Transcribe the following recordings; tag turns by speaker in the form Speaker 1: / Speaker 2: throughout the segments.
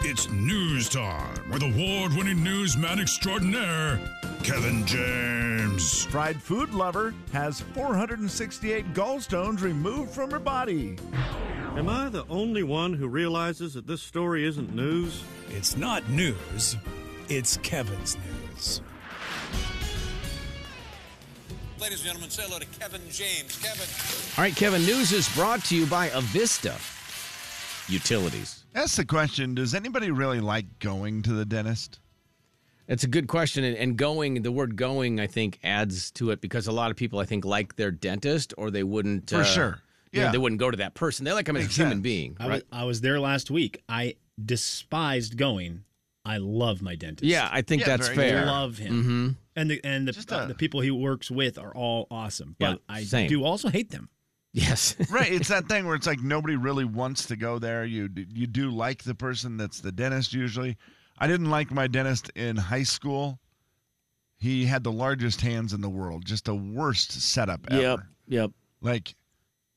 Speaker 1: It's news time with award winning newsman extraordinaire, Kevin James.
Speaker 2: Fried food lover has 468 gallstones removed from her body.
Speaker 3: Am I the only one who realizes that this story isn't news?
Speaker 4: It's not news, it's Kevin's news.
Speaker 5: Ladies and gentlemen, say hello to Kevin James. Kevin.
Speaker 6: All right, Kevin, news is brought to you by Avista Utilities.
Speaker 2: That's the question. Does anybody really like going to the dentist?
Speaker 6: That's a good question. And, and going, the word going, I think, adds to it because a lot of people, I think, like their dentist or they wouldn't.
Speaker 2: For sure.
Speaker 6: Yeah.
Speaker 2: Yeah.
Speaker 6: they wouldn't go to that person. They like him as
Speaker 2: Makes
Speaker 6: a human
Speaker 2: sense.
Speaker 6: being.
Speaker 7: I,
Speaker 6: right?
Speaker 7: was, I was there last week. I despised going. I love my dentist.
Speaker 6: yeah, I think
Speaker 2: Yeah,
Speaker 6: that's
Speaker 2: very
Speaker 6: fair.
Speaker 2: good.
Speaker 7: love him.
Speaker 6: hmm
Speaker 7: And the and
Speaker 2: Just uh,
Speaker 7: the,
Speaker 2: a-
Speaker 7: the people he works with are all awesome.
Speaker 6: Yeah,
Speaker 7: But I
Speaker 6: same.
Speaker 7: do also hate them.
Speaker 6: Yes.
Speaker 2: Right. It's that thing where it's like nobody really wants to go there. You d- you do like the person that's the dentist usually. I didn't like my dentist in high school. He had the largest hands in the world. Just the worst setup ever.
Speaker 6: Yep.
Speaker 2: Like,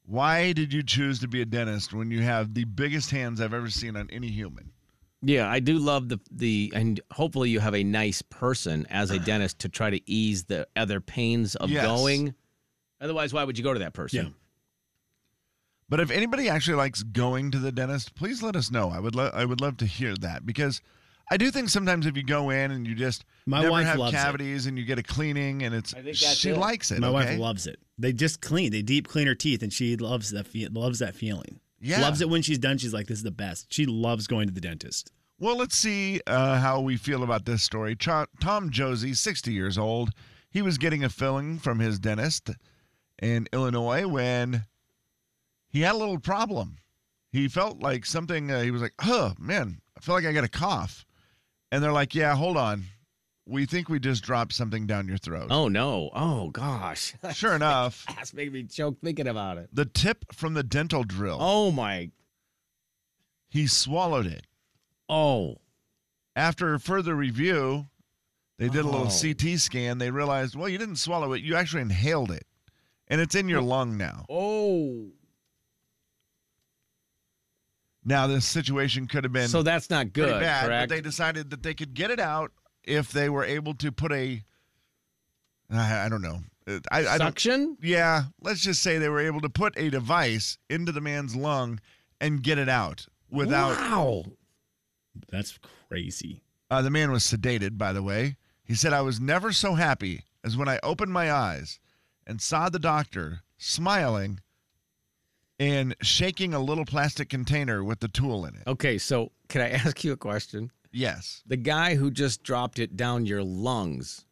Speaker 2: why did you choose to be a dentist when you have the biggest hands I've ever seen on any human?
Speaker 6: Yeah, I do love the the and hopefully you have a nice person as a dentist to try to ease the other pains of
Speaker 2: Yes.
Speaker 6: going. Otherwise, why would you go to that person?
Speaker 7: Yeah.
Speaker 2: But if anybody actually likes going to the dentist, please let us know. I would lo- I would love to hear that because I do think sometimes if you go in and you just
Speaker 7: My
Speaker 2: never
Speaker 7: wife
Speaker 2: have
Speaker 7: loves it.
Speaker 2: cavities and you get a cleaning and it's
Speaker 6: I think that's
Speaker 2: she
Speaker 6: it.
Speaker 2: likes it.
Speaker 7: My
Speaker 2: okay?
Speaker 7: wife loves it. They just clean. They deep clean her teeth, and she loves that fe- loves that feeling.
Speaker 2: Yeah.
Speaker 7: Loves it when she's done. She's like, "This is the best." She loves going to the dentist.
Speaker 2: Well, let's see uh, how we feel about this story. Cho- Tom Josie, 60 years old, he was getting a filling from his dentist in Illinois when he had a little problem. He felt like something, uh, he was like, oh, man, I feel like I got a cough. And they're like, yeah, hold on. We think we just dropped something down your throat.
Speaker 6: Oh no! Oh gosh!
Speaker 2: Sure enough,
Speaker 6: That's making me choke thinking about it.
Speaker 2: the tip from the dental drill,
Speaker 6: Oh my!
Speaker 2: he swallowed it.
Speaker 6: Oh,
Speaker 2: after further review, they did a
Speaker 6: Oh.
Speaker 2: little CT scan. They realized, well, you didn't swallow it. You actually inhaled it. And it's in your lung now.
Speaker 6: oh!
Speaker 2: Now, this situation could have been
Speaker 6: so that's not
Speaker 2: pretty
Speaker 6: good.
Speaker 2: bad,
Speaker 6: correct?
Speaker 2: but they decided that they could get it out if they were able to put a, I, I don't know. Uh, I, I don't,
Speaker 6: Suction?
Speaker 2: yeah, let's just say they were able to put a device into the man's lung and get it out without.
Speaker 6: Wow!
Speaker 7: That's crazy.
Speaker 2: Uh, the man was sedated, by the way. He said, I was never so happy as when I opened my eyes and saw the doctor smiling and shaking a little plastic container with the tool in it.
Speaker 6: Okay, so can I ask you a question?
Speaker 2: Yes.
Speaker 6: The guy who just dropped it down your lungs.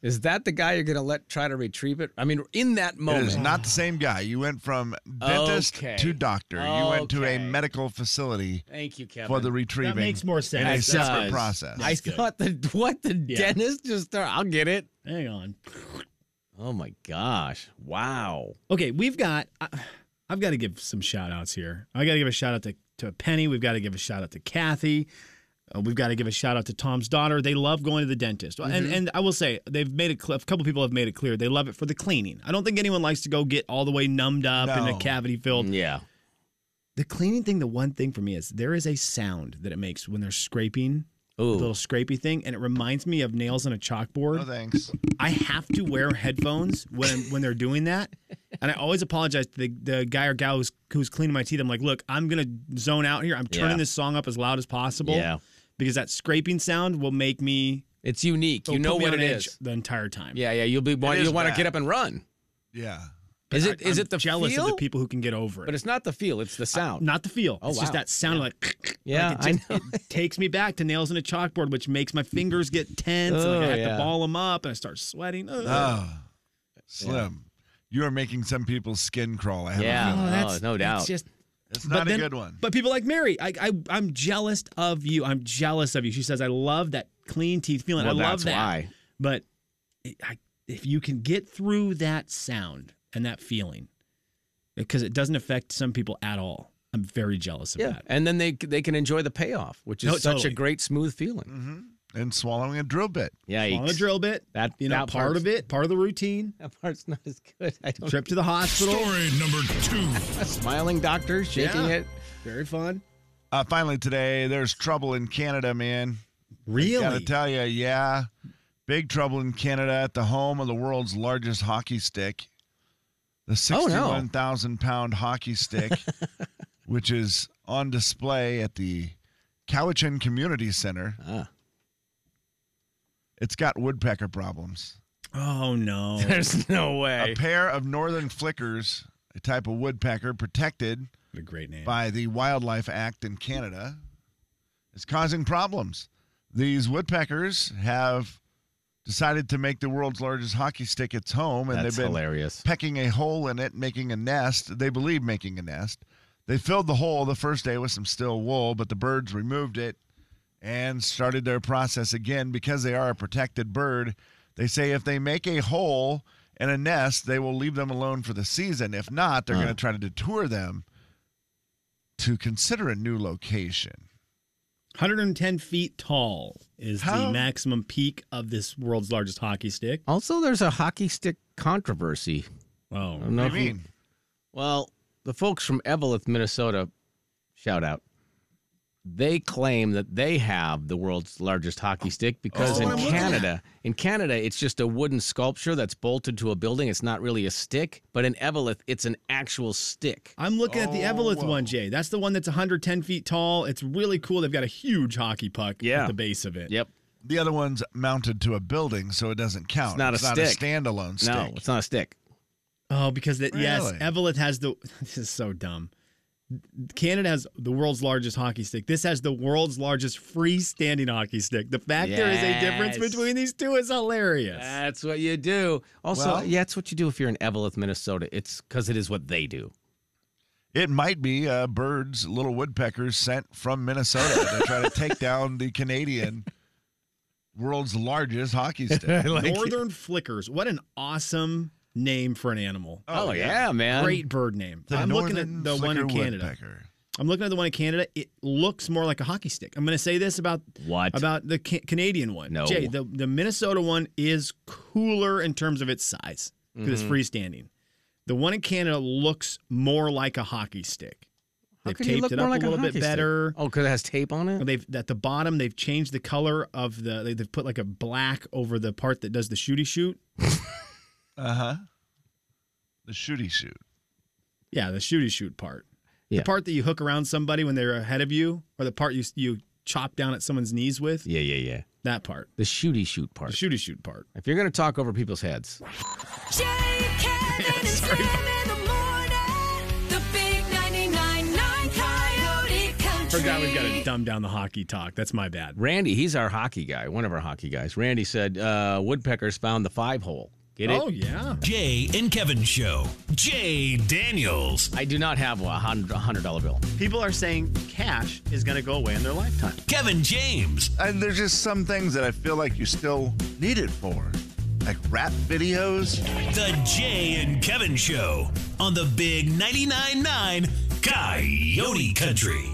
Speaker 6: Is that the guy you're going to let try to retrieve it? I mean, in that
Speaker 2: It
Speaker 6: moment.
Speaker 2: is not the same guy. You went from dentist
Speaker 6: Okay.
Speaker 2: to doctor. You went to a
Speaker 6: Okay.
Speaker 2: medical facility
Speaker 6: Thank you, Kevin.
Speaker 2: for the retrieving.
Speaker 7: That makes more
Speaker 2: in a
Speaker 7: sense.
Speaker 6: That
Speaker 2: separate
Speaker 6: does.
Speaker 2: process.
Speaker 6: I
Speaker 7: good.
Speaker 6: thought the what the dentist just thought, I'll get it.
Speaker 7: Hang on.
Speaker 6: Oh my gosh. Wow.
Speaker 7: Okay, we've got. I, I've got to give some shout outs here. I got to give a shout out to, to Penny. We've got to give a shout out to Kathy. Uh, we've got to give a shout out to Tom's daughter. They love going to the dentist. And and I will say they've made it cl- a couple people have made it clear they love it for the cleaning. I don't think anyone likes to go get all the way numbed up and
Speaker 2: No.
Speaker 7: a cavity filled.
Speaker 6: Yeah.
Speaker 7: The cleaning thing, the one thing for me is there is a sound that it makes when they're scraping.
Speaker 6: Ooh.
Speaker 7: The little scrapey thing, and it reminds me of nails on a chalkboard.
Speaker 2: No thanks.
Speaker 7: I have to wear headphones when when they're doing that, and I always apologize to the, the guy or gal who's who's cleaning my teeth. I'm like, look, I'm gonna zone out here. I'm turning
Speaker 6: Yeah.
Speaker 7: this song up as loud as possible.
Speaker 6: Yeah.
Speaker 7: because that scraping sound will make me
Speaker 6: It's unique.
Speaker 7: it'll
Speaker 6: You know
Speaker 7: put me
Speaker 6: what
Speaker 7: on
Speaker 6: it
Speaker 7: edge
Speaker 6: is.
Speaker 7: the entire time.
Speaker 6: Yeah, yeah. You'll be want,
Speaker 2: is
Speaker 6: you'll want to
Speaker 2: bad.
Speaker 6: get up and run.
Speaker 2: Yeah.
Speaker 7: But
Speaker 6: Is it is
Speaker 7: I, I'm
Speaker 6: it the
Speaker 7: jealous
Speaker 6: feel?
Speaker 7: of the people who can get over it?
Speaker 6: But it's not the feel. It's the sound.
Speaker 7: not the feel.
Speaker 6: Oh,
Speaker 7: it's just
Speaker 6: wow.
Speaker 7: that sound like
Speaker 6: Yeah,
Speaker 7: like
Speaker 6: I
Speaker 7: it, just, it takes me back to nails in a chalkboard, which makes my fingers get tense. and like
Speaker 6: Oh,
Speaker 7: I have
Speaker 6: yeah.
Speaker 7: to ball them up, and I start sweating. Ugh.
Speaker 2: Oh, Slim, you are making some people's skin crawl. I have a
Speaker 6: Yeah.
Speaker 2: feeling.
Speaker 6: Oh,
Speaker 7: that's
Speaker 6: no
Speaker 7: that's
Speaker 6: doubt.
Speaker 7: just
Speaker 2: It's not
Speaker 7: but then-
Speaker 2: a good one.
Speaker 7: But people like Mary, I, I I'm jealous of you. I'm jealous of you. She says, I love that clean teeth feeling.
Speaker 6: Well,
Speaker 7: I
Speaker 6: that's
Speaker 7: love that.
Speaker 6: why.
Speaker 7: But it- I, if you can get through that sound and that feeling, because it doesn't affect some people at all. I'm very jealous of
Speaker 6: Yeah.
Speaker 7: that.
Speaker 6: And then they they can enjoy the payoff, which is
Speaker 7: No,
Speaker 6: such
Speaker 7: totally.
Speaker 6: a great smooth feeling.
Speaker 2: hmm And swallowing a drill bit.
Speaker 6: Yeah.
Speaker 7: On a drill bit,
Speaker 6: Mm-hmm. That-
Speaker 7: you know,
Speaker 6: that
Speaker 7: part
Speaker 6: part's-
Speaker 7: of it, part of the routine.
Speaker 6: That part's not as good. I don't
Speaker 7: Trip to the hospital,
Speaker 1: Story number two.
Speaker 6: a smiling doctor shaking
Speaker 7: Yeah.
Speaker 6: it.
Speaker 7: very fun.
Speaker 2: Uh, finally, today, there's trouble in Canada, man. Gotta
Speaker 7: Really?
Speaker 2: tell you, yeah. Big trouble in Canada at the home of the world's largest hockey stick. The
Speaker 6: Oh, no.
Speaker 2: sixty-one thousand pound hockey stick, which is on display at the Cowichan Community Center.
Speaker 6: Ah.
Speaker 2: It's got woodpecker problems.
Speaker 7: Oh no.
Speaker 6: There's no way.
Speaker 2: A pair of northern flickers, a type of woodpecker protected
Speaker 7: What a great name.
Speaker 2: by the Wildlife Act in Canada is causing problems. These woodpeckers have decided to make the world's largest hockey stick its home, and
Speaker 6: That's
Speaker 2: they've been
Speaker 6: hilarious.
Speaker 2: pecking a hole in it, making a nest. They believe making a nest. They filled the hole the first day with some still wool, but the birds removed it and started their process again because they are a protected bird. They say if they make a hole and a nest, they will leave them alone for the season. If not, they're
Speaker 6: Huh.
Speaker 2: going to try to detour them to consider a new location.
Speaker 7: 110 feet tall is
Speaker 2: How-
Speaker 7: the maximum peak of this world's largest hockey stick.
Speaker 6: Also, there's a hockey stick controversy.
Speaker 7: Oh,
Speaker 6: I don't know
Speaker 2: What
Speaker 6: if
Speaker 2: do
Speaker 6: you-
Speaker 2: you mean?
Speaker 6: Well, the folks from Eveleth, Minnesota, shout out. They claim that they have the world's largest hockey stick because
Speaker 2: Oh,
Speaker 6: in
Speaker 2: I'm looking at-
Speaker 6: Canada, in Canada, it's just a wooden sculpture that's bolted to a building. It's not really a stick, but in Eveleth, it's an actual stick.
Speaker 7: I'm looking at the
Speaker 2: Oh,
Speaker 7: Eveleth
Speaker 2: whoa.
Speaker 7: one, Jay. That's the one that's 110 feet tall. It's really cool. They've got a huge hockey puck
Speaker 6: Yeah.
Speaker 7: at the base of it.
Speaker 6: Yep.
Speaker 2: The other one's mounted to a building, so it doesn't count.
Speaker 6: It's not a stick.
Speaker 2: standalone stick.
Speaker 6: No, it's not a stick.
Speaker 7: Oh, because that yes,
Speaker 2: Really?
Speaker 7: Eveleth has the. This is so dumb. Canada has the world's largest hockey stick. This has the world's largest freestanding hockey stick. The fact there is a difference
Speaker 6: Yes.
Speaker 7: between these two is hilarious.
Speaker 6: That's what you do. Also,
Speaker 2: Well-
Speaker 6: yeah, it's what you do if you're in Eveleth, Minnesota. It's because it is what they do.
Speaker 2: It might be uh, birds, little woodpeckers sent from Minnesota to try to take down the Canadian world's largest hockey stick.
Speaker 7: Northern flickers. What an awesome name for an animal.
Speaker 6: Oh, yeah. man.
Speaker 7: Great bird name.
Speaker 2: The
Speaker 7: I'm looking
Speaker 2: northern
Speaker 7: at the one in
Speaker 2: flicker
Speaker 7: Canada.
Speaker 2: woodpecker.
Speaker 7: I'm looking at the one in Canada. It looks more like a hockey stick. I'm going to say this about
Speaker 6: What?
Speaker 7: about the ca- Canadian one.
Speaker 6: No.
Speaker 7: Jay, the, the Minnesota one is cooler in terms of its size because it's
Speaker 6: Mm-hmm.
Speaker 7: freestanding. The one in Canada looks more like a hockey stick. They've
Speaker 6: can you
Speaker 7: taped
Speaker 6: look
Speaker 7: it
Speaker 6: more
Speaker 7: up
Speaker 6: like
Speaker 7: a little
Speaker 6: hockey
Speaker 7: bit
Speaker 6: stick?
Speaker 7: better.
Speaker 6: Oh, because it has tape on it.
Speaker 7: They've at the bottom they've changed the color of the they, they've put like a black over the part that does the shooty shoot.
Speaker 2: Uh huh. The shooty shoot.
Speaker 7: Yeah, the shooty shoot part.
Speaker 6: Yeah.
Speaker 7: The part that you hook around somebody when they're ahead of you, or the part you you chop down at someone's knees with.
Speaker 6: Yeah, yeah, yeah.
Speaker 7: That part,
Speaker 6: The shooty shoot
Speaker 7: the
Speaker 6: part.
Speaker 7: shooty shoot part.
Speaker 6: If you're gonna talk over people's heads,
Speaker 8: Jay, Kevin, and Slim in the morning. The big 99.9 Coyote Country.
Speaker 7: Forgot we've got to dumb down the hockey talk. That's my bad.
Speaker 6: Randy, he's our hockey guy, one of our hockey guys. Randy said uh, woodpeckers found the five hole. Get it?
Speaker 7: Oh yeah.
Speaker 4: Jay and Kevin Show. Jay Daniels.
Speaker 6: I do not have a hundred hundred dollar bill.
Speaker 7: People are saying cash is going to go away in their lifetime.
Speaker 4: Kevin James.
Speaker 2: And there's just some things that I feel like you still need it for, like rap videos.
Speaker 4: The Jay and Kevin Show on the Big 99.9 9 Coyote Country.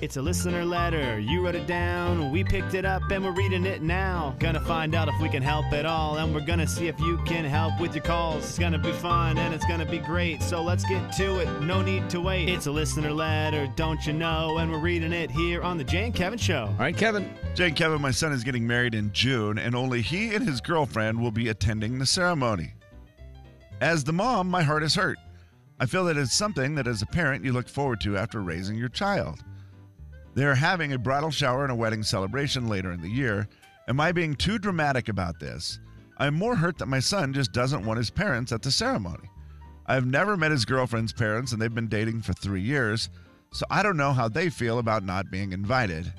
Speaker 9: It's a listener letter. You wrote it down. We picked it up and we're reading it now. Gonna find out if we can help at all. And we're gonna see if you can help with your calls. It's gonna be fun and it's gonna be great. So let's get to it. No need to wait. It's a listener letter, don't you know? And we're reading it here on The Jay and Kevin Show.
Speaker 6: All right, Kevin.
Speaker 2: Jake Kevin, my son is getting married in June, and only he and his girlfriend will be attending the ceremony. As the mom, my heart is hurt. I feel that it's something that as a parent you look forward to after raising your child. They are having a bridal shower and a wedding celebration later in the year. Am I being too dramatic about this? I'm more hurt that my son just doesn't want his parents at the ceremony. I've never met his girlfriend's parents, and they've been dating for three years, so I don't know how they feel about not being invited.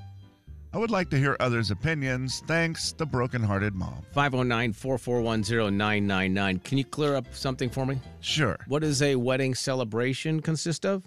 Speaker 2: I would like to hear others' opinions. Thanks, the brokenhearted mom.
Speaker 6: 509-441-0999. Can you clear up something for me?
Speaker 2: Sure.
Speaker 6: What does a wedding celebration consist of?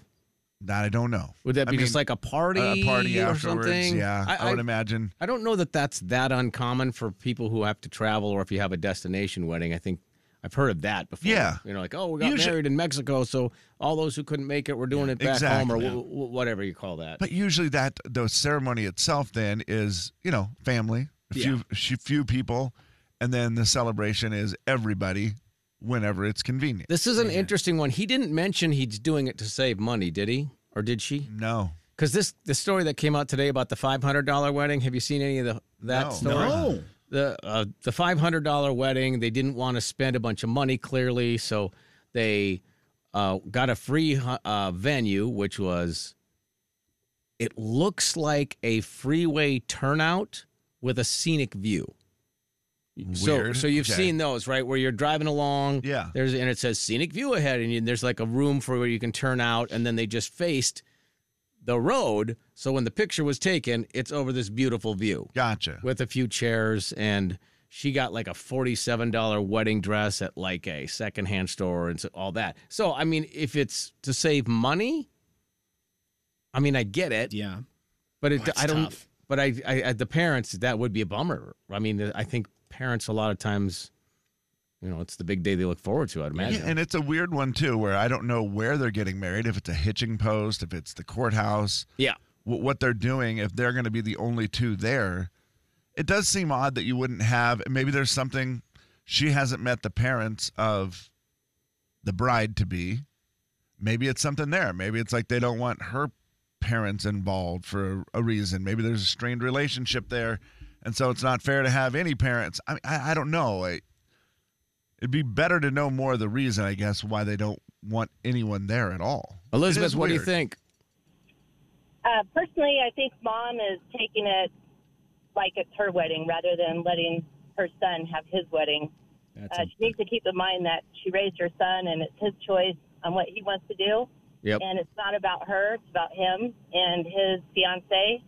Speaker 2: That I don't know.
Speaker 6: Would that
Speaker 2: I
Speaker 6: be just
Speaker 2: mean,
Speaker 6: like a party,
Speaker 2: a party
Speaker 6: or
Speaker 2: afterwards?
Speaker 6: something?
Speaker 2: Yeah, I,
Speaker 6: I,
Speaker 2: would
Speaker 6: I,
Speaker 2: imagine.
Speaker 6: I don't know that that's that uncommon for people who have to travel or if you have a destination wedding. I think I've heard of that before.
Speaker 2: Yeah.
Speaker 6: You know, like, oh, we got
Speaker 2: Usually-
Speaker 6: married in Mexico, so all those who couldn't make it, we're doing it back home or
Speaker 2: exactly.
Speaker 6: w- w- whatever you call that.
Speaker 2: But usually, that the ceremony itself then is you know family, a few sh- few people, and then the celebration is everybody whenever it's convenient.
Speaker 6: This is an interesting one. He didn't mention he's doing it to save money, did he? Or did she?
Speaker 2: No.
Speaker 6: Because this the story that came out today about the five hundred dollar wedding. Have you seen any of the that
Speaker 2: No.
Speaker 6: story?
Speaker 7: No.
Speaker 6: The uh, the five hundred dollar wedding. They didn't want to spend a bunch of money, clearly, so they uh, got a free hu- uh, venue, which was. It looks like a freeway turnout with a scenic view.
Speaker 2: Weird.
Speaker 6: So, so you've
Speaker 2: Okay.
Speaker 6: seen those, right? Where you're driving along,
Speaker 2: Yeah.
Speaker 6: There's and it says scenic view ahead, and you, there's like a room for where you can turn out, and then they just faced the road. So when the picture was taken, it's over this beautiful view
Speaker 2: Gotcha.
Speaker 6: with a few chairs, and she got like a forty-seven dollar wedding dress at like a secondhand store and so, all that. So I mean, if it's to save money, I mean, I get it,
Speaker 7: Yeah.
Speaker 6: but it,
Speaker 7: That's
Speaker 6: I don't.
Speaker 7: tough.
Speaker 6: But I, I, I, the parents, that would be a bummer. I mean, I think parents a lot of times, you know, it's the big day they look forward to. I'd imagine.
Speaker 2: Yeah, and it's a weird one too, where I don't know where they're getting married. If it's a hitching post, if it's the courthouse,
Speaker 6: yeah.
Speaker 2: wh- what they're doing, if they're going to be the only two there, it does seem odd that you wouldn't have. Maybe there's something she hasn't met the parents of the bride to be. Maybe it's something there. Maybe it's like they don't want her parents involved for a reason. Maybe there's a strained relationship there, and so it's not fair to have any parents. I I, I don't know. I, it'd be better to know more of the reason, I guess, why they don't want anyone there at all. It
Speaker 6: Elizabeth,
Speaker 2: is
Speaker 6: what do you
Speaker 2: weird.
Speaker 6: think?
Speaker 10: Uh, personally, I think mom is taking it like it's her wedding rather than letting her son have his wedding.
Speaker 7: That's
Speaker 10: Uh, she needs to keep in mind that she raised her son and it's his choice on what he wants to do.
Speaker 6: Yep.
Speaker 10: And it's not about her, it's about him and his fiance.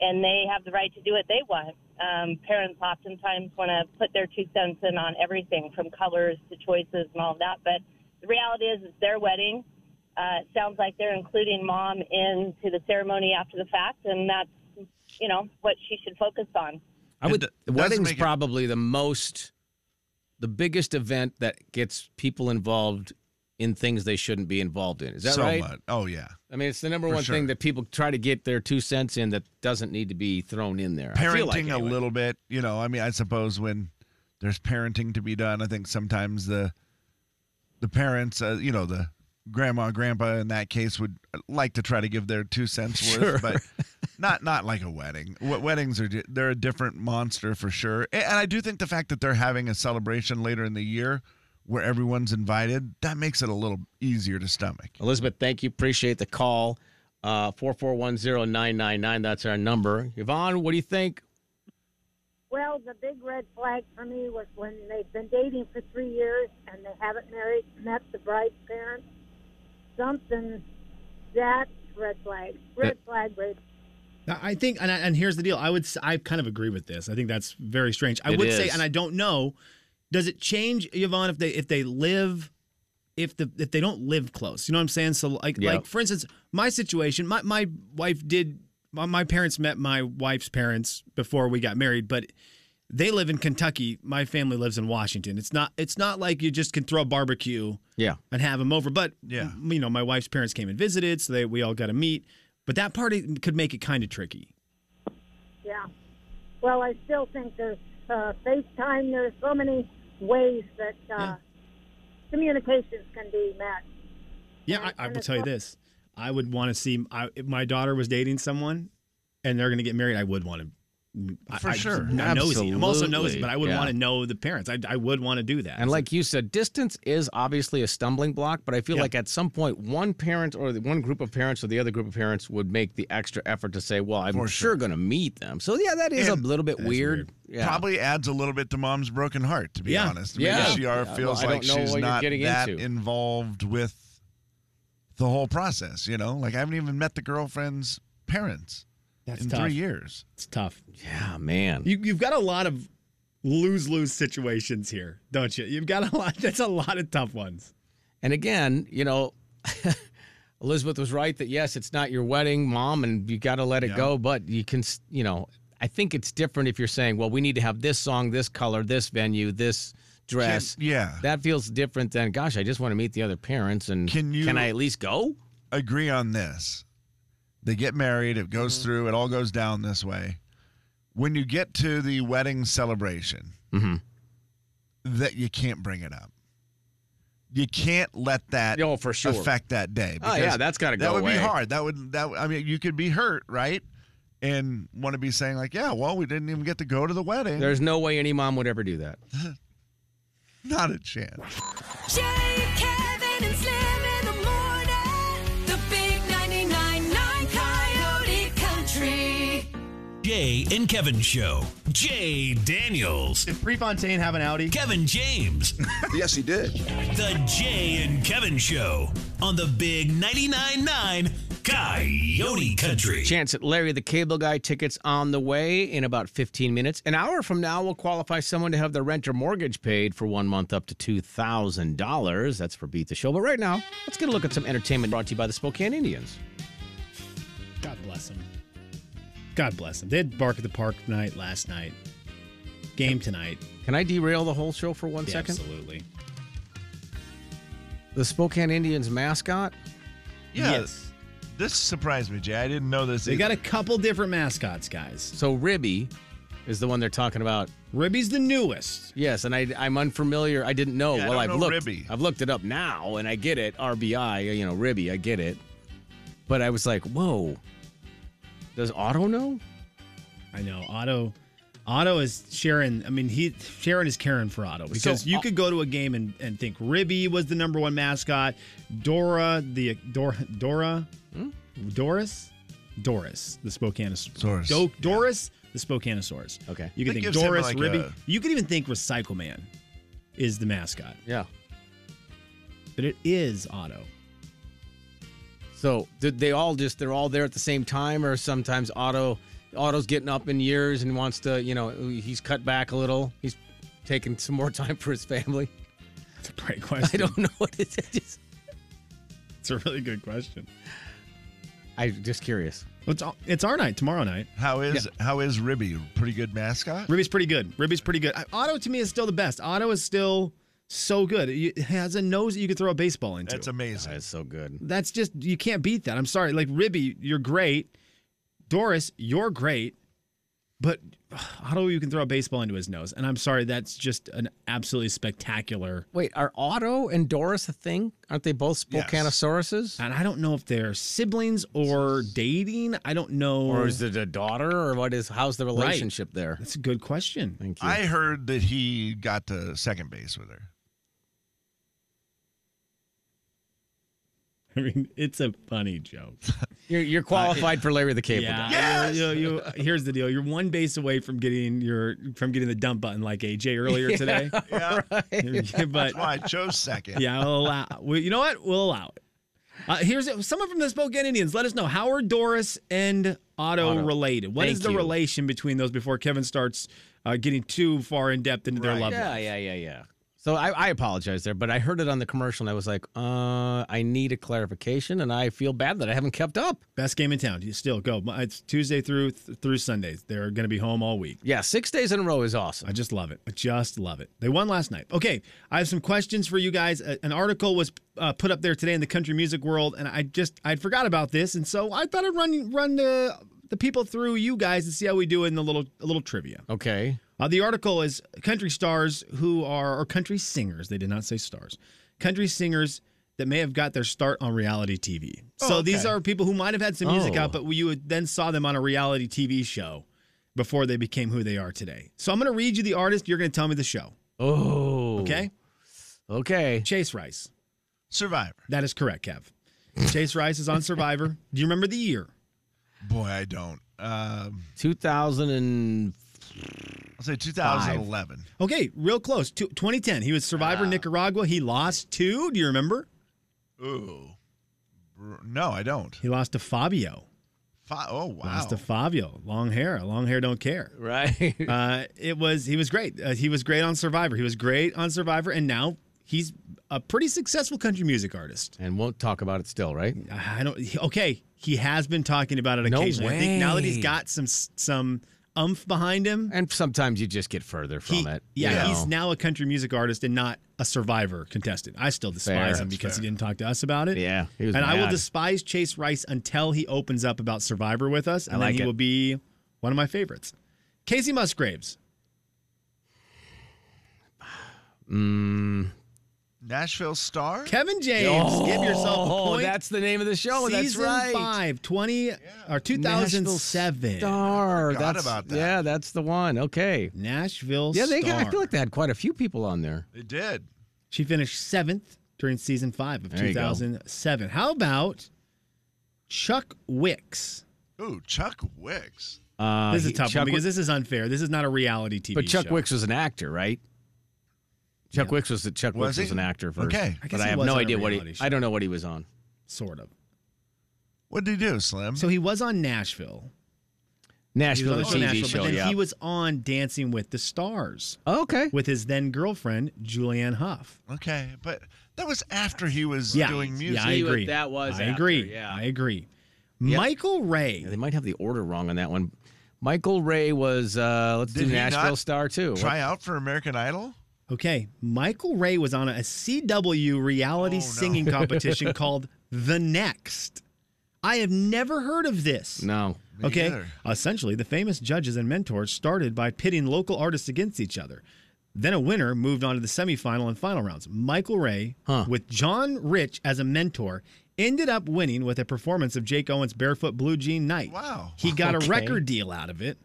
Speaker 10: And they have the right to do what they want. Um, parents oftentimes want to put their two cents in on everything from colors to choices and all that. But the reality is, it's their wedding. Uh, it sounds like they're including mom into the ceremony after the fact, and that's, you know, what she should focus on.
Speaker 6: I would.
Speaker 2: It d- doesn't
Speaker 6: wedding's
Speaker 2: make it-
Speaker 6: probably the most, the biggest event that gets people involved in things they shouldn't be involved in. Is that
Speaker 2: so
Speaker 6: right?
Speaker 2: much. Oh yeah.
Speaker 6: I mean, it's the number
Speaker 2: For
Speaker 6: one
Speaker 2: sure.
Speaker 6: thing that people try to get their two cents in that doesn't need to be thrown in there. I
Speaker 2: parenting
Speaker 6: feel like,
Speaker 2: a
Speaker 6: anyway.
Speaker 2: little bit. You know, I mean, I suppose when there's parenting to be done, I think sometimes the the parents, uh, you know, the grandma, grandpa in that case would like to try to give their two cents worth, but not not like a wedding. What weddings are di- they're a different monster for sure. A- And I do think the fact that they're having a celebration later in the year where everyone's invited, that makes it a little easier to stomach.
Speaker 6: Elizabeth, thank you. Appreciate the call. Uh, Four four one zero nine nine nine. That's our number. Yvonne, what do you think?
Speaker 10: Well, the big red flag for me was when they've been dating for three years and they haven't married, met the bride's parents. Something that red flag, red flag, red.
Speaker 7: Now, I think, and, I, and here's the deal. I would, s- I kind of agree with this. I think that's very strange. I
Speaker 6: It
Speaker 7: would say,
Speaker 6: is.
Speaker 7: and I don't know, does it change Yvonne if they if they live, if the if they don't live close? You know what I'm saying? So like
Speaker 6: Yeah.
Speaker 7: like for instance, my situation, my my wife did, my, my parents met my wife's parents before we got married, but they live in Kentucky. My family lives in Washington. It's not it's not like you just can throw a barbecue
Speaker 6: Yeah.
Speaker 7: and have them over. But
Speaker 2: Yeah.
Speaker 7: m- you know, my wife's parents came and visited, so they we all got to meet. But that party could make it kind of tricky.
Speaker 10: Yeah. Well, I still think there's uh, FaceTime. There's so many ways that uh,
Speaker 7: Yeah.
Speaker 10: communications can be met.
Speaker 7: Yeah, I, I will tell you this: I would want to see I, if my daughter was dating someone, and they're going to get married. I would want to. I,
Speaker 2: For
Speaker 7: I,
Speaker 2: sure.
Speaker 7: I'm nosy. I'm also nosy,
Speaker 6: Absolutely.
Speaker 7: but I would
Speaker 6: Yeah.
Speaker 7: want to know the parents. I, I would want to do that.
Speaker 6: And like you said, distance is obviously a stumbling block, but I feel like at some point one parent or the one group of parents or the other group of parents would make the extra effort to say, "Well, I'm sure,
Speaker 2: For sure.
Speaker 6: going to meet them." So yeah, that is
Speaker 2: And-
Speaker 6: a little bit
Speaker 7: That's
Speaker 6: weird.
Speaker 7: weird.
Speaker 6: Yeah.
Speaker 2: probably adds a little bit to mom's broken heart to be
Speaker 7: Yeah.
Speaker 2: honest Maybe
Speaker 6: Yeah.
Speaker 2: she are,
Speaker 6: Yeah.
Speaker 2: feels
Speaker 6: Well, I
Speaker 2: like
Speaker 6: don't know
Speaker 2: she's
Speaker 6: what you're
Speaker 2: not
Speaker 6: getting
Speaker 2: that
Speaker 6: into.
Speaker 2: involved with the whole process you know like i haven't even met the girlfriend's parents
Speaker 7: That's
Speaker 2: in
Speaker 7: tough.
Speaker 2: three years
Speaker 7: It's tough.
Speaker 6: Yeah, man.
Speaker 7: You, you've got a lot of lose lose situations here, don't you? You've got a lot. That's a lot of tough ones.
Speaker 6: And again, you know, Elizabeth was right that yes, it's not your wedding, mom, and you got to let it
Speaker 2: Yeah.
Speaker 6: go. But you can, s- you know, I think it's different if you're saying, well, we need to have this song, this color, this venue, this dress.
Speaker 2: Can- yeah.
Speaker 6: That feels different than, gosh, I just want to meet the other parents and
Speaker 2: Can you-
Speaker 6: can I at least go?
Speaker 2: agree on this they get married it goes through it all goes down this way when you get to the wedding celebration that you can't bring it up you can't let that
Speaker 6: Oh, for sure.
Speaker 2: affect that day.
Speaker 6: Oh, yeah,
Speaker 2: because
Speaker 6: that's gotta
Speaker 2: That
Speaker 6: go
Speaker 2: would
Speaker 6: away.
Speaker 2: be hard. That would that I mean you could be hurt, right? And want to be saying like, yeah, well, we didn't even get to go to the wedding.
Speaker 6: There's no way any mom would ever do that.
Speaker 2: not a chance.
Speaker 8: Jay, Kevin, and Slim in the morning. The big 99.9 Coyote Country.
Speaker 4: Jay and Kevin Show. Jay Daniels.
Speaker 9: Did Prefontaine have an Audi?
Speaker 4: Kevin James.
Speaker 11: Yes, he did.
Speaker 4: The Jay and Kevin Show on the Big 99.9 9 Coyote Country.
Speaker 6: Chance at Larry the Cable Guy tickets on the way in about 15 minutes. An hour from now, we'll qualify someone to have their rent or mortgage paid for one month up to $2,000. That's for Beat the Show. But right now, let's get a look at some entertainment brought to you by the Spokane Indians.
Speaker 7: God bless them. God bless them. They had Bark at the Park night last night. Game tonight.
Speaker 6: Can I derail the whole show for one
Speaker 7: Yeah,
Speaker 6: second?
Speaker 7: Absolutely.
Speaker 6: The Spokane Indians mascot?
Speaker 2: Yeah,
Speaker 7: Yes.
Speaker 2: this surprised me, Jay. I didn't know this.
Speaker 7: They
Speaker 2: either.
Speaker 7: got a couple different mascots, guys.
Speaker 6: So Ribby is the one they're talking about.
Speaker 7: Ribby's the newest.
Speaker 6: Yes, and I, I'm unfamiliar. I didn't know.
Speaker 2: Yeah, I
Speaker 6: well,
Speaker 2: don't
Speaker 6: I've
Speaker 2: know
Speaker 6: looked.
Speaker 2: Ribby.
Speaker 6: I've looked it up now, and I get it. RBI, you know, Ribby, I get it. But I was like, whoa. Does Otto know?
Speaker 7: I know. Otto Otto is Sharon. I mean, he Sharon is caring for Otto because
Speaker 6: So,
Speaker 7: you
Speaker 6: uh,
Speaker 7: could go to a game and, and think Ribby was the number one mascot. Dora, the Dora Dora Doris? Doris, the Spokanosaurus.
Speaker 2: Saurus.
Speaker 7: Do- Doris, the Spokanosaurus.
Speaker 6: Okay.
Speaker 7: You could
Speaker 2: That
Speaker 7: think
Speaker 2: gives him,
Speaker 7: Doris,
Speaker 2: like,
Speaker 7: Ribby.
Speaker 2: a-
Speaker 7: You could even think Recycle Man is the mascot.
Speaker 6: Yeah.
Speaker 7: But it is Otto.
Speaker 6: So did they all just they're all there at the same time, or sometimes Otto Otto's getting up in years and wants to, you know, he's cut back a little. He's taking some more time for his family.
Speaker 7: It's a great
Speaker 6: I
Speaker 7: question.
Speaker 6: don't know what it is. Just-
Speaker 7: It's a really good question.
Speaker 6: I'm just curious.
Speaker 7: It's all, it's our night tomorrow night.
Speaker 2: How is how is Ribby? Pretty good mascot.
Speaker 7: Ribby's pretty good. Ribby's pretty good. I- Otto to me is still the best. Otto is still so good. He has a nose that you could throw a baseball into.
Speaker 2: That's amazing.
Speaker 6: That's so good.
Speaker 7: That's just you can't beat that. I'm sorry. Like Ribby, you're great. Doris, you're great. But ugh, Otto, you can throw a baseball into his nose, and I'm sorry. That's just an absolutely spectacular.
Speaker 6: Wait, are Otto and Doris a thing? Aren't they both
Speaker 2: Yes.
Speaker 6: Spokanosauruses?
Speaker 7: And I don't know if they're siblings or dating. I don't know.
Speaker 6: Or is it a daughter? Or what is how's the relationship there?
Speaker 7: That's a good question.
Speaker 6: Thank you.
Speaker 2: I heard that he got to second base with her.
Speaker 7: I mean, it's a funny joke.
Speaker 6: you're, you're qualified for Larry the Cable
Speaker 7: Yeah.
Speaker 6: Guy.
Speaker 7: you- you- you- here's the deal. You're one base away from getting your from getting the dump button like AJ earlier today.
Speaker 2: Yeah,
Speaker 7: but
Speaker 2: that's why Oh, I chose second.
Speaker 7: yeah, I'll allow. We, you know what? We'll allow it. Uh, here's it. someone from the Spokane Indians. Let us know how are Doris and Otto, related. What is
Speaker 6: Thank
Speaker 7: the
Speaker 6: you.
Speaker 7: relation between those before Kevin starts uh, getting too far in depth into their love
Speaker 6: Yeah,
Speaker 7: life?
Speaker 6: yeah, yeah, yeah. So I, I apologize there, but I heard it on the commercial and I was like, uh, I need a clarification and I feel bad that I haven't kept up.
Speaker 7: Best game in town. You still go. It's Tuesday through through Sundays. They're going to be home all week.
Speaker 6: Yeah, six days in a row is awesome.
Speaker 7: I just love it. I just love it. They won last night. Okay, I have some questions for you guys. A- An article was uh, put up there today in the country music world, and I just I'd forgot about this, and so I thought I'd run run the the people through you guys and see how we do in the little a little trivia.
Speaker 6: Okay.
Speaker 7: Uh, the article is country stars who are or country singers. They did not say stars. Country singers that may have got their start on reality TV. so these are people who might have had some music
Speaker 6: Oh.
Speaker 7: out, but you then saw them on a reality TV show before they became who they are today. So I'm going to read you the artist. You're going to tell me the show.
Speaker 6: Oh.
Speaker 7: Okay.
Speaker 6: Okay.
Speaker 7: Chase Rice.
Speaker 2: Survivor.
Speaker 7: That is correct, Kev. Chase Rice is on Survivor. Do you remember the year?
Speaker 2: Boy, I don't. Um,
Speaker 6: 2000 and
Speaker 2: I'll say 2011.
Speaker 7: Okay, real close. Two- 2010. He was Survivor Nicaragua. He lost to. Do you remember?
Speaker 2: Ooh. Br- No, I don't.
Speaker 7: He lost to Fabio.
Speaker 2: Fi- oh, wow.
Speaker 7: Lost to Fabio. Long hair. Long hair don't care.
Speaker 6: right.
Speaker 7: Uh, it was he was great. Uh, he was great on Survivor. He was great on Survivor, and now he's a pretty successful country music artist.
Speaker 6: and won't talk about it still, right?
Speaker 7: I I don't. he- Okay, he has been talking about it
Speaker 6: No
Speaker 7: occasionally. I think now that he's
Speaker 6: way.
Speaker 7: got some some umph behind him,
Speaker 6: And sometimes you just get further from
Speaker 7: he,
Speaker 6: it.
Speaker 7: yeah,
Speaker 6: you know?
Speaker 7: he's now a country music artist and not a Survivor contestant. I still despise
Speaker 6: Fair.
Speaker 7: him because
Speaker 2: Fair.
Speaker 7: he didn't talk to us about it.
Speaker 6: Yeah, he was
Speaker 7: and I will
Speaker 6: mad.
Speaker 7: despise Chase Rice until he opens up about Survivor with us, and
Speaker 6: like
Speaker 7: then he
Speaker 6: it.
Speaker 7: will be one of my favorites. Casey Musgraves.
Speaker 2: Nashville Star?
Speaker 7: Kevin James, give yourself a
Speaker 6: Oh,
Speaker 7: point.
Speaker 6: that's the name of the show. that's
Speaker 7: Season
Speaker 6: right.
Speaker 7: five, 20, or 2007.
Speaker 6: Star.
Speaker 2: forgot
Speaker 6: That's,
Speaker 2: about that.
Speaker 6: Yeah, that's the one. Okay.
Speaker 7: Nashville
Speaker 6: Yeah, they.
Speaker 7: Star.
Speaker 6: Got, I feel like they had quite a few people on there.
Speaker 2: It did.
Speaker 7: She finished seventh during season five of
Speaker 6: There you go.
Speaker 7: 2007. How about Chuck Wicks?
Speaker 2: Ooh, Chuck Wicks.
Speaker 6: Uh,
Speaker 7: This is
Speaker 6: he-
Speaker 7: a tough
Speaker 6: Chuck
Speaker 7: one because
Speaker 6: Wi-
Speaker 7: this is unfair. This is not a reality TV
Speaker 6: but Chuck
Speaker 7: show.
Speaker 6: Wicks was an actor, right? Chuck Wicks was the, Chuck
Speaker 2: Was
Speaker 6: Wicks
Speaker 2: he?
Speaker 6: was an actor first.
Speaker 2: Okay. I
Speaker 7: guess
Speaker 6: but
Speaker 7: he
Speaker 6: I have
Speaker 7: was
Speaker 6: no
Speaker 7: on a
Speaker 6: idea what he.
Speaker 7: reality show.
Speaker 6: I don't know what he was on.
Speaker 7: Sort of.
Speaker 2: What did he do, Slim?
Speaker 7: So he was on Nashville. He
Speaker 6: Nashville
Speaker 7: was on
Speaker 6: the
Speaker 7: the show
Speaker 6: TV
Speaker 7: Nashville,
Speaker 6: show.
Speaker 7: but then
Speaker 6: Yeah.
Speaker 7: he was on Dancing with the Stars
Speaker 6: okay.
Speaker 7: with his then girlfriend, Julianne Hough.
Speaker 2: okay, but that was after he was
Speaker 7: Yeah.
Speaker 2: doing music.
Speaker 7: Yeah, I
Speaker 6: See what
Speaker 7: agree.
Speaker 6: that was
Speaker 7: I
Speaker 6: after,
Speaker 7: agree.
Speaker 6: yeah.
Speaker 7: I agree. Michael Ray.
Speaker 6: Yeah, they might have the order wrong on that one. Michael Ray was uh, let's
Speaker 2: Did
Speaker 6: do
Speaker 2: he
Speaker 6: Nashville
Speaker 2: not
Speaker 6: Star too.
Speaker 2: Try out for American Idol?
Speaker 7: Okay, Michael Ray was on a CW reality
Speaker 2: Oh, no.
Speaker 7: singing competition called The Next. I have never heard of this.
Speaker 6: No.
Speaker 2: Me
Speaker 7: okay.
Speaker 2: either.
Speaker 7: Essentially, the famous judges and mentors started by pitting local artists against each other. Then a winner moved on to the semifinal and final rounds. Michael Ray,
Speaker 6: Huh.
Speaker 7: with John Rich as a mentor, ended up winning with a performance of Jake Owen's Barefoot Blue Jean Night.
Speaker 2: Wow.
Speaker 7: He got
Speaker 6: Okay.
Speaker 7: a record deal out of it.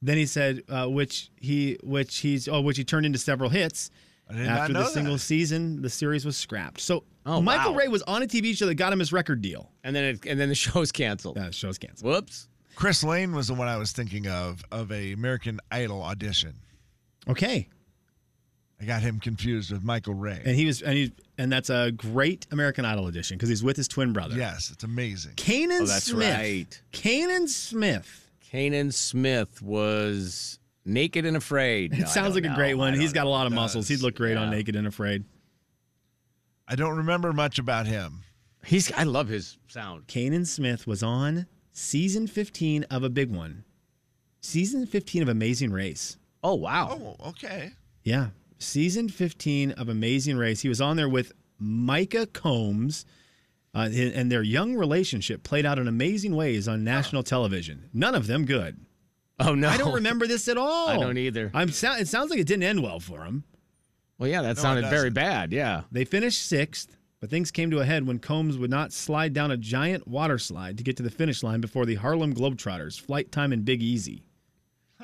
Speaker 7: Then he said, uh, which he which he's oh, which he turned into several hits.
Speaker 2: I did not
Speaker 7: After
Speaker 2: know
Speaker 7: the single
Speaker 2: that.
Speaker 7: season, the series was scrapped. So
Speaker 6: Oh,
Speaker 7: Michael
Speaker 6: wow.
Speaker 7: Ray was on a TV show that got him his record deal.
Speaker 6: And then it, and then the show's canceled.
Speaker 7: That show's canceled.
Speaker 6: Whoops.
Speaker 2: Chris Lane was the one I was thinking of, of a American Idol audition.
Speaker 7: Okay,
Speaker 2: I got him confused with Michael Ray.
Speaker 7: and he was and he and that's a great American Idol edition because he's with his twin brother.
Speaker 2: yes, it's amazing.
Speaker 7: Kanan
Speaker 6: Oh, that's
Speaker 7: Smith.
Speaker 6: right.
Speaker 7: Kanan Smith.
Speaker 6: Kanan Smith was naked and afraid.
Speaker 7: It
Speaker 6: No, I
Speaker 7: sounds
Speaker 6: don't
Speaker 7: like a
Speaker 6: know.
Speaker 7: great
Speaker 6: I
Speaker 7: one.
Speaker 6: don't
Speaker 7: He's got a lot of
Speaker 2: It
Speaker 7: muscles. He'd
Speaker 2: does.
Speaker 7: look great on
Speaker 6: Yeah.
Speaker 7: Naked and Afraid.
Speaker 2: I don't remember much about him.
Speaker 6: know. He's. I love his sound.
Speaker 7: Kanan Smith was on season 15 of a big one. Season 15 of Amazing Race.
Speaker 6: Oh wow.
Speaker 2: Oh, okay.
Speaker 7: Yeah. Season 15 of Amazing Race. He was on there with Micah Combs, uh, hi- and their young relationship played out in amazing ways on national television. None of them good.
Speaker 6: Oh, no.
Speaker 7: I don't remember this at all.
Speaker 6: I don't either.
Speaker 7: I'm sou- it sounds like it didn't end well for him.
Speaker 6: Well, yeah, that
Speaker 2: No, it
Speaker 6: sounded very
Speaker 2: doesn't.
Speaker 6: bad. Yeah.
Speaker 7: They finished sixth, but things came to a head when Combs would not slide down a giant water slide to get to the finish line before the Harlem Globetrotters, flight time and Big Easy.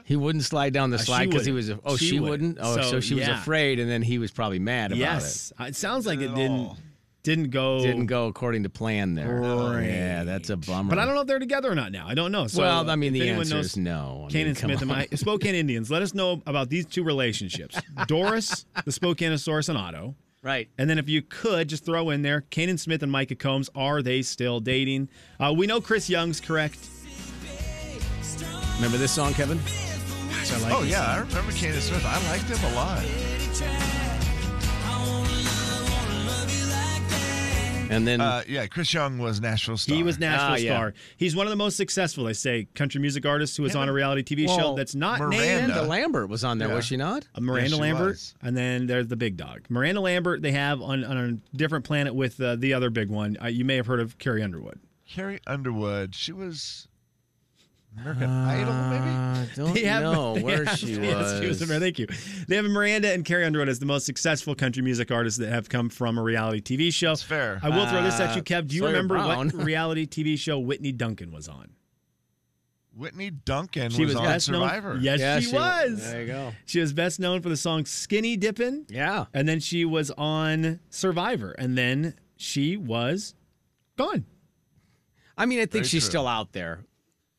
Speaker 6: He wouldn't slide down the
Speaker 7: Uh, she
Speaker 6: slide because he was.
Speaker 7: wouldn't.
Speaker 6: Oh, she,
Speaker 7: She
Speaker 6: wouldn't.
Speaker 7: wouldn't.
Speaker 6: Oh, so,
Speaker 7: So,
Speaker 6: she was
Speaker 7: yeah.
Speaker 6: afraid, and then he was probably mad about
Speaker 7: yes, Uh, it sounds like
Speaker 2: Didn't
Speaker 7: it
Speaker 2: at
Speaker 7: didn't
Speaker 2: all.
Speaker 7: didn't go
Speaker 6: it. Didn't go according to plan there. Yeah, that's a bummer.
Speaker 7: But I don't know if they're together or not now. I don't know. So
Speaker 6: well, I mean,
Speaker 7: if
Speaker 6: the
Speaker 7: anyone
Speaker 6: answer
Speaker 7: knows
Speaker 6: is no. I
Speaker 7: Kane
Speaker 6: mean,
Speaker 7: and
Speaker 6: come
Speaker 7: Smith and
Speaker 6: on.
Speaker 7: my Spokane Indians. Let us know about these two relationships: Doris, the Spokaneosaurus, and Otto.
Speaker 6: Right.
Speaker 7: And then, if you could just throw in there, Kanan Smith and Micah Combs, are they still dating? Uh, we know Chris Young's correct.
Speaker 6: Remember this song, Kevin?
Speaker 7: So I like
Speaker 2: oh,
Speaker 7: this.
Speaker 2: yeah, I remember Candace Smith. I liked him a lot.
Speaker 6: And then
Speaker 2: Uh, yeah, Chris Young was Nashville Star.
Speaker 7: He was Nashville
Speaker 6: Ah, yeah.
Speaker 7: Star. He's one of the most successful, they say, country music artist who was on a reality TV
Speaker 6: well,
Speaker 7: show that's not named
Speaker 2: Miranda.
Speaker 6: Miranda Lambert was on there, was she not?
Speaker 7: Uh, Miranda
Speaker 2: Yes, she
Speaker 7: Lambert,
Speaker 2: was.
Speaker 7: and then there's the big dog. Miranda Lambert, they have on, on a different planet with uh, the other big one. Uh, you may have heard of Carrie Underwood.
Speaker 2: Carrie Underwood. She was American Idol,
Speaker 6: I don't know
Speaker 7: they
Speaker 6: where
Speaker 7: have-
Speaker 6: she
Speaker 7: yes,
Speaker 6: was.
Speaker 7: in there. Thank you. They have Miranda and Carrie Underwood as the most successful country music artists that have come from a reality TV show.
Speaker 2: That's fair.
Speaker 7: I will throw this at
Speaker 6: Uh,
Speaker 7: you, Kev. Do you
Speaker 6: Sawyer
Speaker 7: remember
Speaker 6: Brown.
Speaker 7: what reality TV show Whitney Duncan was on?
Speaker 2: maybe? Whitney Duncan
Speaker 7: She was
Speaker 2: on
Speaker 7: best known-
Speaker 2: Survivor.
Speaker 7: Yes,
Speaker 6: Yeah,
Speaker 7: she, was.
Speaker 6: There you go.
Speaker 7: She was best known for the song Skinny Dippin'.
Speaker 6: Yeah.
Speaker 7: And then she was on Survivor. And then she was gone.
Speaker 6: I mean, I think
Speaker 2: Very
Speaker 6: she's
Speaker 2: true.
Speaker 6: still out there.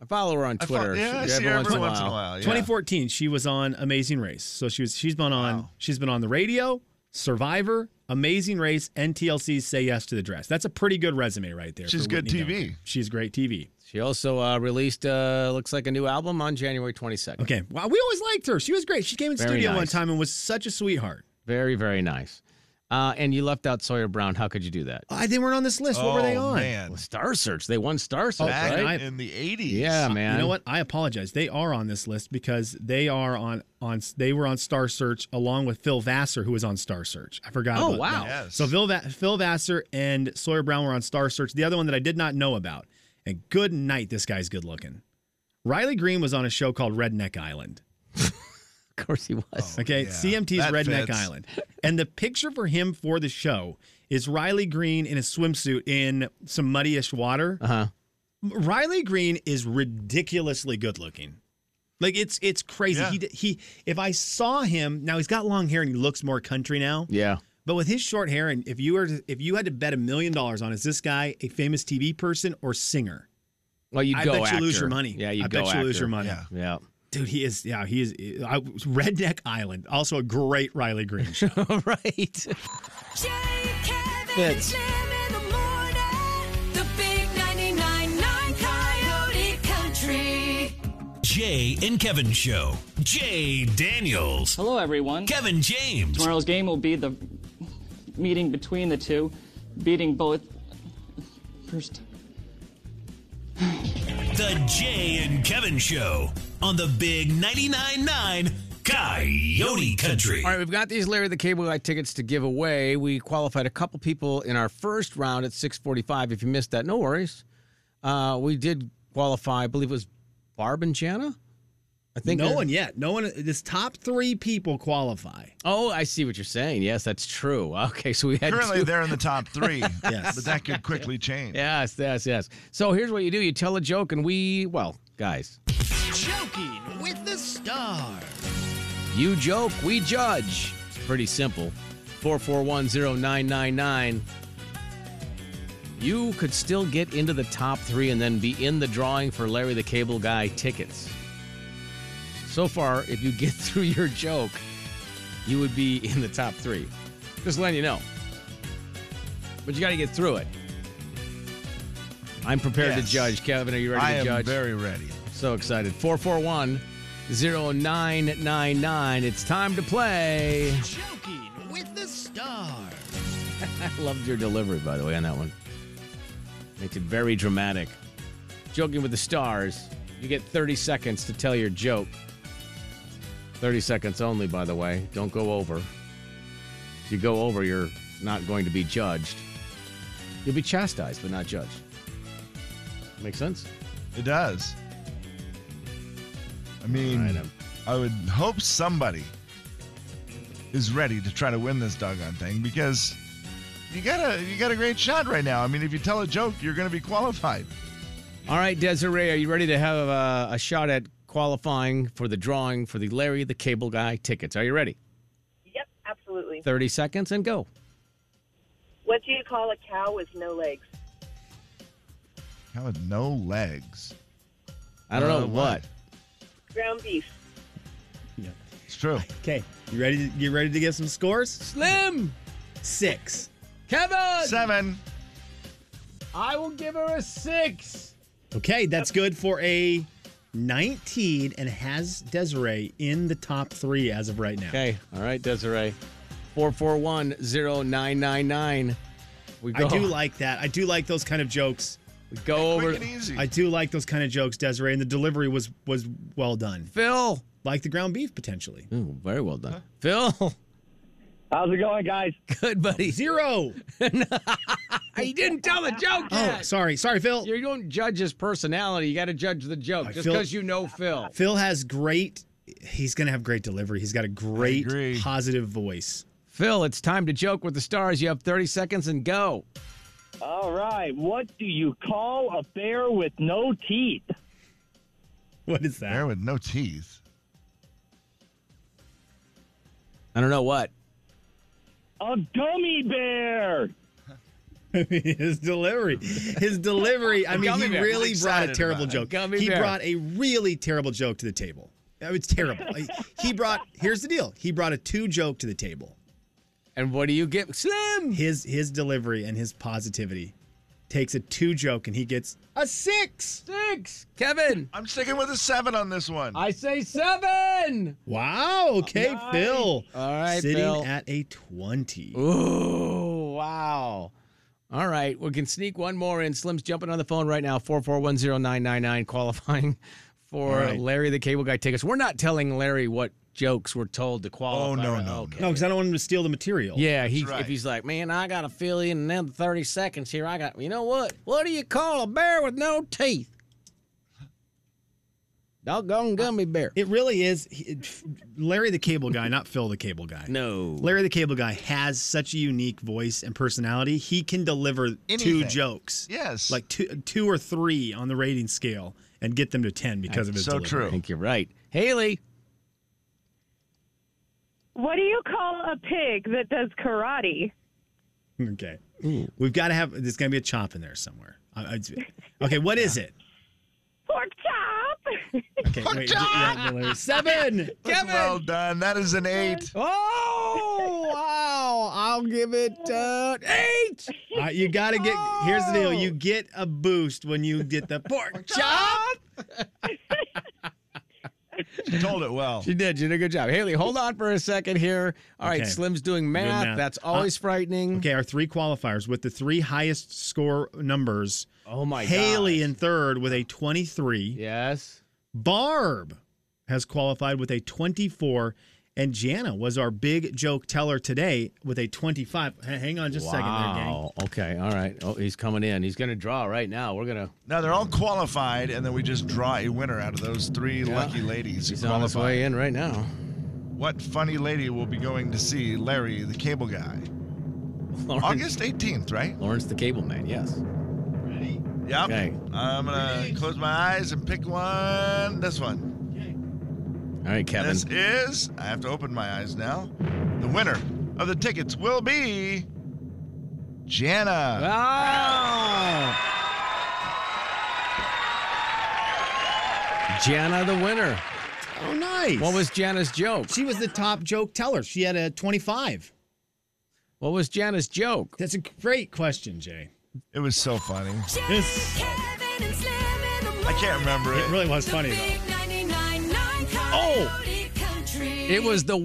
Speaker 6: I follow her on
Speaker 2: I thought,
Speaker 6: Twitter.
Speaker 2: yeah, I see her every once in a while. yeah.
Speaker 7: 2014, she was on Amazing Race. So she was she's been on
Speaker 2: Wow.
Speaker 7: she's been on the radio, Survivor, Amazing Race, and TLC's Say Yes to the Dress. That's a pretty good resume right there.
Speaker 2: She's
Speaker 7: for
Speaker 2: good
Speaker 7: Whitney
Speaker 2: TV.
Speaker 7: Duncan. She's great TV.
Speaker 6: She also uh, released, uh, looks like a new album on January 22nd.
Speaker 7: Okay. Wow, we always liked her. She was great. She came in
Speaker 6: Very
Speaker 7: studio one
Speaker 6: nice.
Speaker 7: time and was such a sweetheart.
Speaker 6: Very, very nice. Uh, and you left out Sawyer Brown. How could you do that?
Speaker 7: I Oh, they weren't on this list. what were they
Speaker 2: Oh,
Speaker 7: on?
Speaker 2: Man.
Speaker 6: Well, Star Search. They won Star Search,
Speaker 2: Back
Speaker 6: right?
Speaker 7: I-
Speaker 2: in the 80s.
Speaker 6: Yeah, man.
Speaker 7: You know what? I apologize. They are on this list because they are on on they were on Star Search along with Phil Vassar, who was on Star Search. I forgot.
Speaker 6: Oh,
Speaker 7: about
Speaker 6: wow.
Speaker 7: that.
Speaker 2: Yes.
Speaker 7: So Phil, Va- Phil Vassar and Sawyer Brown were on Star Search. The other one that I did not know about. And good night, this guy's good looking. Riley Green was on a show called Redneck Island.
Speaker 6: Of course he was.
Speaker 7: Okay,
Speaker 2: yeah.
Speaker 7: CMT's
Speaker 2: That
Speaker 7: Redneck
Speaker 2: fits.
Speaker 7: Island. And the picture for him for the show is Riley Green in a swimsuit in some muddyish water.
Speaker 2: Oh.
Speaker 6: Uh huh.
Speaker 7: Riley Green is ridiculously good looking. Like it's it's crazy.
Speaker 2: Yeah.
Speaker 7: He d- he if I saw him, now he's got long hair and he looks more country now.
Speaker 6: Yeah.
Speaker 7: But with his short hair and if you were to, if you had to bet a million dollars on is this guy a famous TV person or singer?
Speaker 6: Well, you
Speaker 7: I
Speaker 6: go
Speaker 7: bet you lose
Speaker 6: actor.
Speaker 7: your money.
Speaker 6: Yeah, you
Speaker 7: I
Speaker 6: go
Speaker 7: bet you lose
Speaker 6: actor.
Speaker 7: your money.
Speaker 2: Yeah.
Speaker 6: Yeah.
Speaker 7: Dude, he is yeah, he is I, Redneck Island. Also a great Riley Green show.
Speaker 6: right.
Speaker 8: Jay, Kevin,
Speaker 6: Fits.
Speaker 8: and Slim in the morning. The big 99.9 Coyote Country.
Speaker 4: Jay and Kevin Show. Jay Daniels.
Speaker 11: Hello, everyone.
Speaker 4: Kevin James.
Speaker 11: Tomorrow's game will be the meeting between the two, beating both. First.
Speaker 4: The Jay and Kevin Show on the Big 99.9 9 Coyote Country.
Speaker 6: All right, we've got these Larry the Cable Guy tickets to give away. We qualified a couple people in our first round at 6:45. If you missed that, no worries. Uh, we did qualify. I believe it was Barb and Jana. I think
Speaker 7: no
Speaker 6: they're-
Speaker 7: one yet. No one. This top three people qualify.
Speaker 6: Oh, I see what you're saying. Yes, that's true. Okay, so we had
Speaker 2: Currently,
Speaker 6: two.
Speaker 2: they're in the top three.
Speaker 7: Yes.
Speaker 2: But that could quickly change.
Speaker 6: Yes, yes, yes. So here's what you do: you tell a joke, and we, well, guys,
Speaker 7: Joking with the star.
Speaker 6: you joke, we judge. It's pretty simple. Four four one zero nine nine nine. You could still get into the top three and then be in the drawing for Larry the Cable Guy tickets. So far, if you get through your joke, you would be in the top three. Just letting you know. But you got to get through it. I'm prepared to
Speaker 2: Yes.
Speaker 6: judge. Kevin, are you ready
Speaker 2: I
Speaker 6: to
Speaker 2: am
Speaker 6: judge?
Speaker 2: very ready.
Speaker 6: So excited. 441 0999. It's time to play.
Speaker 7: Joking with the star.
Speaker 6: I loved your delivery, by the way, on that one. Makes it very dramatic. Joking with the stars. You get 30 seconds to tell your joke. 30 seconds only, by the way. Don't go over. If you go over, you're not going to be judged. You'll be chastised, but not judged. Make sense?
Speaker 2: It does. I mean,
Speaker 6: All right, I'm-
Speaker 2: I would hope somebody is ready to try to win this doggone thing because you got a you got a great shot right now. I mean, if you tell a joke, you're going to be qualified.
Speaker 6: All right, Desiree, are you ready to have a, a shot at qualifying for the drawing for the Larry the Cable Guy tickets? Are you ready?
Speaker 10: Yep, absolutely.
Speaker 6: 30 seconds and go.
Speaker 10: What do you call a cow with no legs?
Speaker 2: How with no legs.
Speaker 6: I don't
Speaker 2: Uh,
Speaker 6: know what.
Speaker 10: Ground beef.
Speaker 2: It's true.
Speaker 7: Okay, you ready? To, you ready to get some scores?
Speaker 6: Slim!
Speaker 7: Six.
Speaker 6: Kevin!
Speaker 2: Seven.
Speaker 6: I will give her a six.
Speaker 7: Okay, that's good for a 19 and has Desiree in the top three as of right now.
Speaker 6: Okay. All right, Desiree. 4410999. We
Speaker 7: I
Speaker 6: go,
Speaker 7: do like that. I do like those kind of jokes.
Speaker 6: we go over.
Speaker 2: Quick and easy.
Speaker 7: I do like those kind of jokes, Desiree, and the delivery was was well done.
Speaker 6: Phil.
Speaker 7: Like the ground beef potentially.
Speaker 6: Ooh, very well done. Phil.
Speaker 9: How's it going, guys?
Speaker 6: Good, buddy.
Speaker 7: Zero.
Speaker 6: You didn't tell the joke
Speaker 7: Oh,
Speaker 6: yet.
Speaker 7: sorry, sorry, Phil.
Speaker 6: You don't judge his personality. You got to judge the joke
Speaker 7: I
Speaker 6: just
Speaker 7: feel-
Speaker 6: because you know Phil.
Speaker 7: Phil has great. He's gonna have great delivery. He's got a great
Speaker 2: agree.
Speaker 7: positive voice.
Speaker 6: Phil, it's time to joke with the stars. You have 30 seconds and go.
Speaker 9: All right. What do you call a bear with no teeth?
Speaker 7: What is that?
Speaker 2: There with no teeth.
Speaker 6: I don't know what.
Speaker 9: A gummy bear.
Speaker 7: his delivery, his delivery. I mean,
Speaker 6: Gummy
Speaker 7: he
Speaker 6: bear.
Speaker 7: really
Speaker 2: I'm
Speaker 7: brought a
Speaker 2: excited
Speaker 7: terrible
Speaker 2: about it.
Speaker 7: joke.
Speaker 6: Gummy
Speaker 7: he
Speaker 6: bear.
Speaker 7: brought a really terrible joke to the table. I mean, It's terrible. Like, he brought. Here's the deal. He brought a two joke to the table.
Speaker 6: And what do you get? Slim!
Speaker 7: His his delivery and his positivity takes a two joke and he gets a six.
Speaker 6: Six! Kevin!
Speaker 2: I'm sticking with a seven on this one.
Speaker 6: I say seven!
Speaker 7: Wow. Okay, Phil.
Speaker 6: All right,
Speaker 7: Sitting
Speaker 6: Phil.
Speaker 7: at a twenty.
Speaker 6: Ooh, wow. All right, we can sneak one more in. Slim's jumping on the phone right now, 4410999, qualifying for
Speaker 7: All right.
Speaker 6: Larry the Cable Guy tickets. We're not telling Larry what jokes we're told to qualify.
Speaker 2: Oh, no,
Speaker 6: right?
Speaker 2: no,
Speaker 6: Okay.
Speaker 7: No, because I don't want him to steal the material.
Speaker 6: Yeah, he,
Speaker 2: right.
Speaker 6: if he's like, man, I got to fill in another 30 seconds here. I got, you know what? What do you call a bear with no teeth? Doggone gummy bear.
Speaker 7: It really is. he- it- Larry the Cable Guy, not Phil the Cable Guy.
Speaker 6: No.
Speaker 7: Larry the Cable Guy has such a unique voice and personality. He can deliver two
Speaker 2: Anything.
Speaker 7: jokes.
Speaker 2: Yes.
Speaker 7: Like two, two or three on the rating scale and get them to 10 because of his
Speaker 2: So
Speaker 7: delivery.
Speaker 2: true. I
Speaker 6: think you're right. Haley.
Speaker 12: What do you call a pig that does karate?
Speaker 7: Okay. We've got to have, there's going to be a chop in there somewhere. I- I- okay, what is it?
Speaker 12: Pork chop.
Speaker 7: Okay, wait, yeah, Larry, Seven.
Speaker 6: Kevin.
Speaker 2: Well done. That is an eight.
Speaker 6: Oh, wow. I'll give it uh, eight.
Speaker 7: Uh, you got to get. Here's the deal:
Speaker 2: Oh.
Speaker 7: you get a boost when you get the pork chop.
Speaker 2: She told it well.
Speaker 6: She did. She did a good job. Haley, hold on for a second here. All right,
Speaker 7: Okay.
Speaker 6: Slim's doing
Speaker 7: Good
Speaker 6: math. That's always
Speaker 7: Uh,
Speaker 6: frightening.
Speaker 7: Okay, our three qualifiers with the three highest score numbers.
Speaker 6: Oh my
Speaker 7: Haley in third with a 23.
Speaker 6: Yes.
Speaker 7: Barb has qualified with a 24, and Jana was our big joke teller today with a 25. H- hang on just a second there, gang.
Speaker 6: Wow. Okay. All right. Oh, he's coming in. He's going to draw right now. We're going to.
Speaker 2: Now they're all qualified, and then we just draw a winner out of those three lucky ladies who
Speaker 6: He's on his
Speaker 2: qualify.
Speaker 6: way in right now.
Speaker 2: What funny lady will be going to see Larry the Cable Guy?
Speaker 6: Lawrence,
Speaker 2: August 18th, right?
Speaker 6: Lawrence the Cable Man. Yes.
Speaker 2: Yep.
Speaker 6: Okay.
Speaker 2: I'm going to close my eyes and pick one. This one.
Speaker 6: All right, Kevin.
Speaker 2: This is, I have to open my eyes now. The winner of the tickets will be Jana.
Speaker 6: Oh! Jana the winner.
Speaker 7: Oh, nice.
Speaker 6: What was Jana's joke?
Speaker 7: she was the top joke teller. She had a 25.
Speaker 6: What was Jana's joke?
Speaker 7: That's a great question, Jay.
Speaker 2: It was so funny.
Speaker 7: This
Speaker 8: Kevin and Slim in the morning.
Speaker 2: I can't remember it.
Speaker 7: it really was funny though.
Speaker 8: Big 99.9 Coyote Country.
Speaker 6: It was the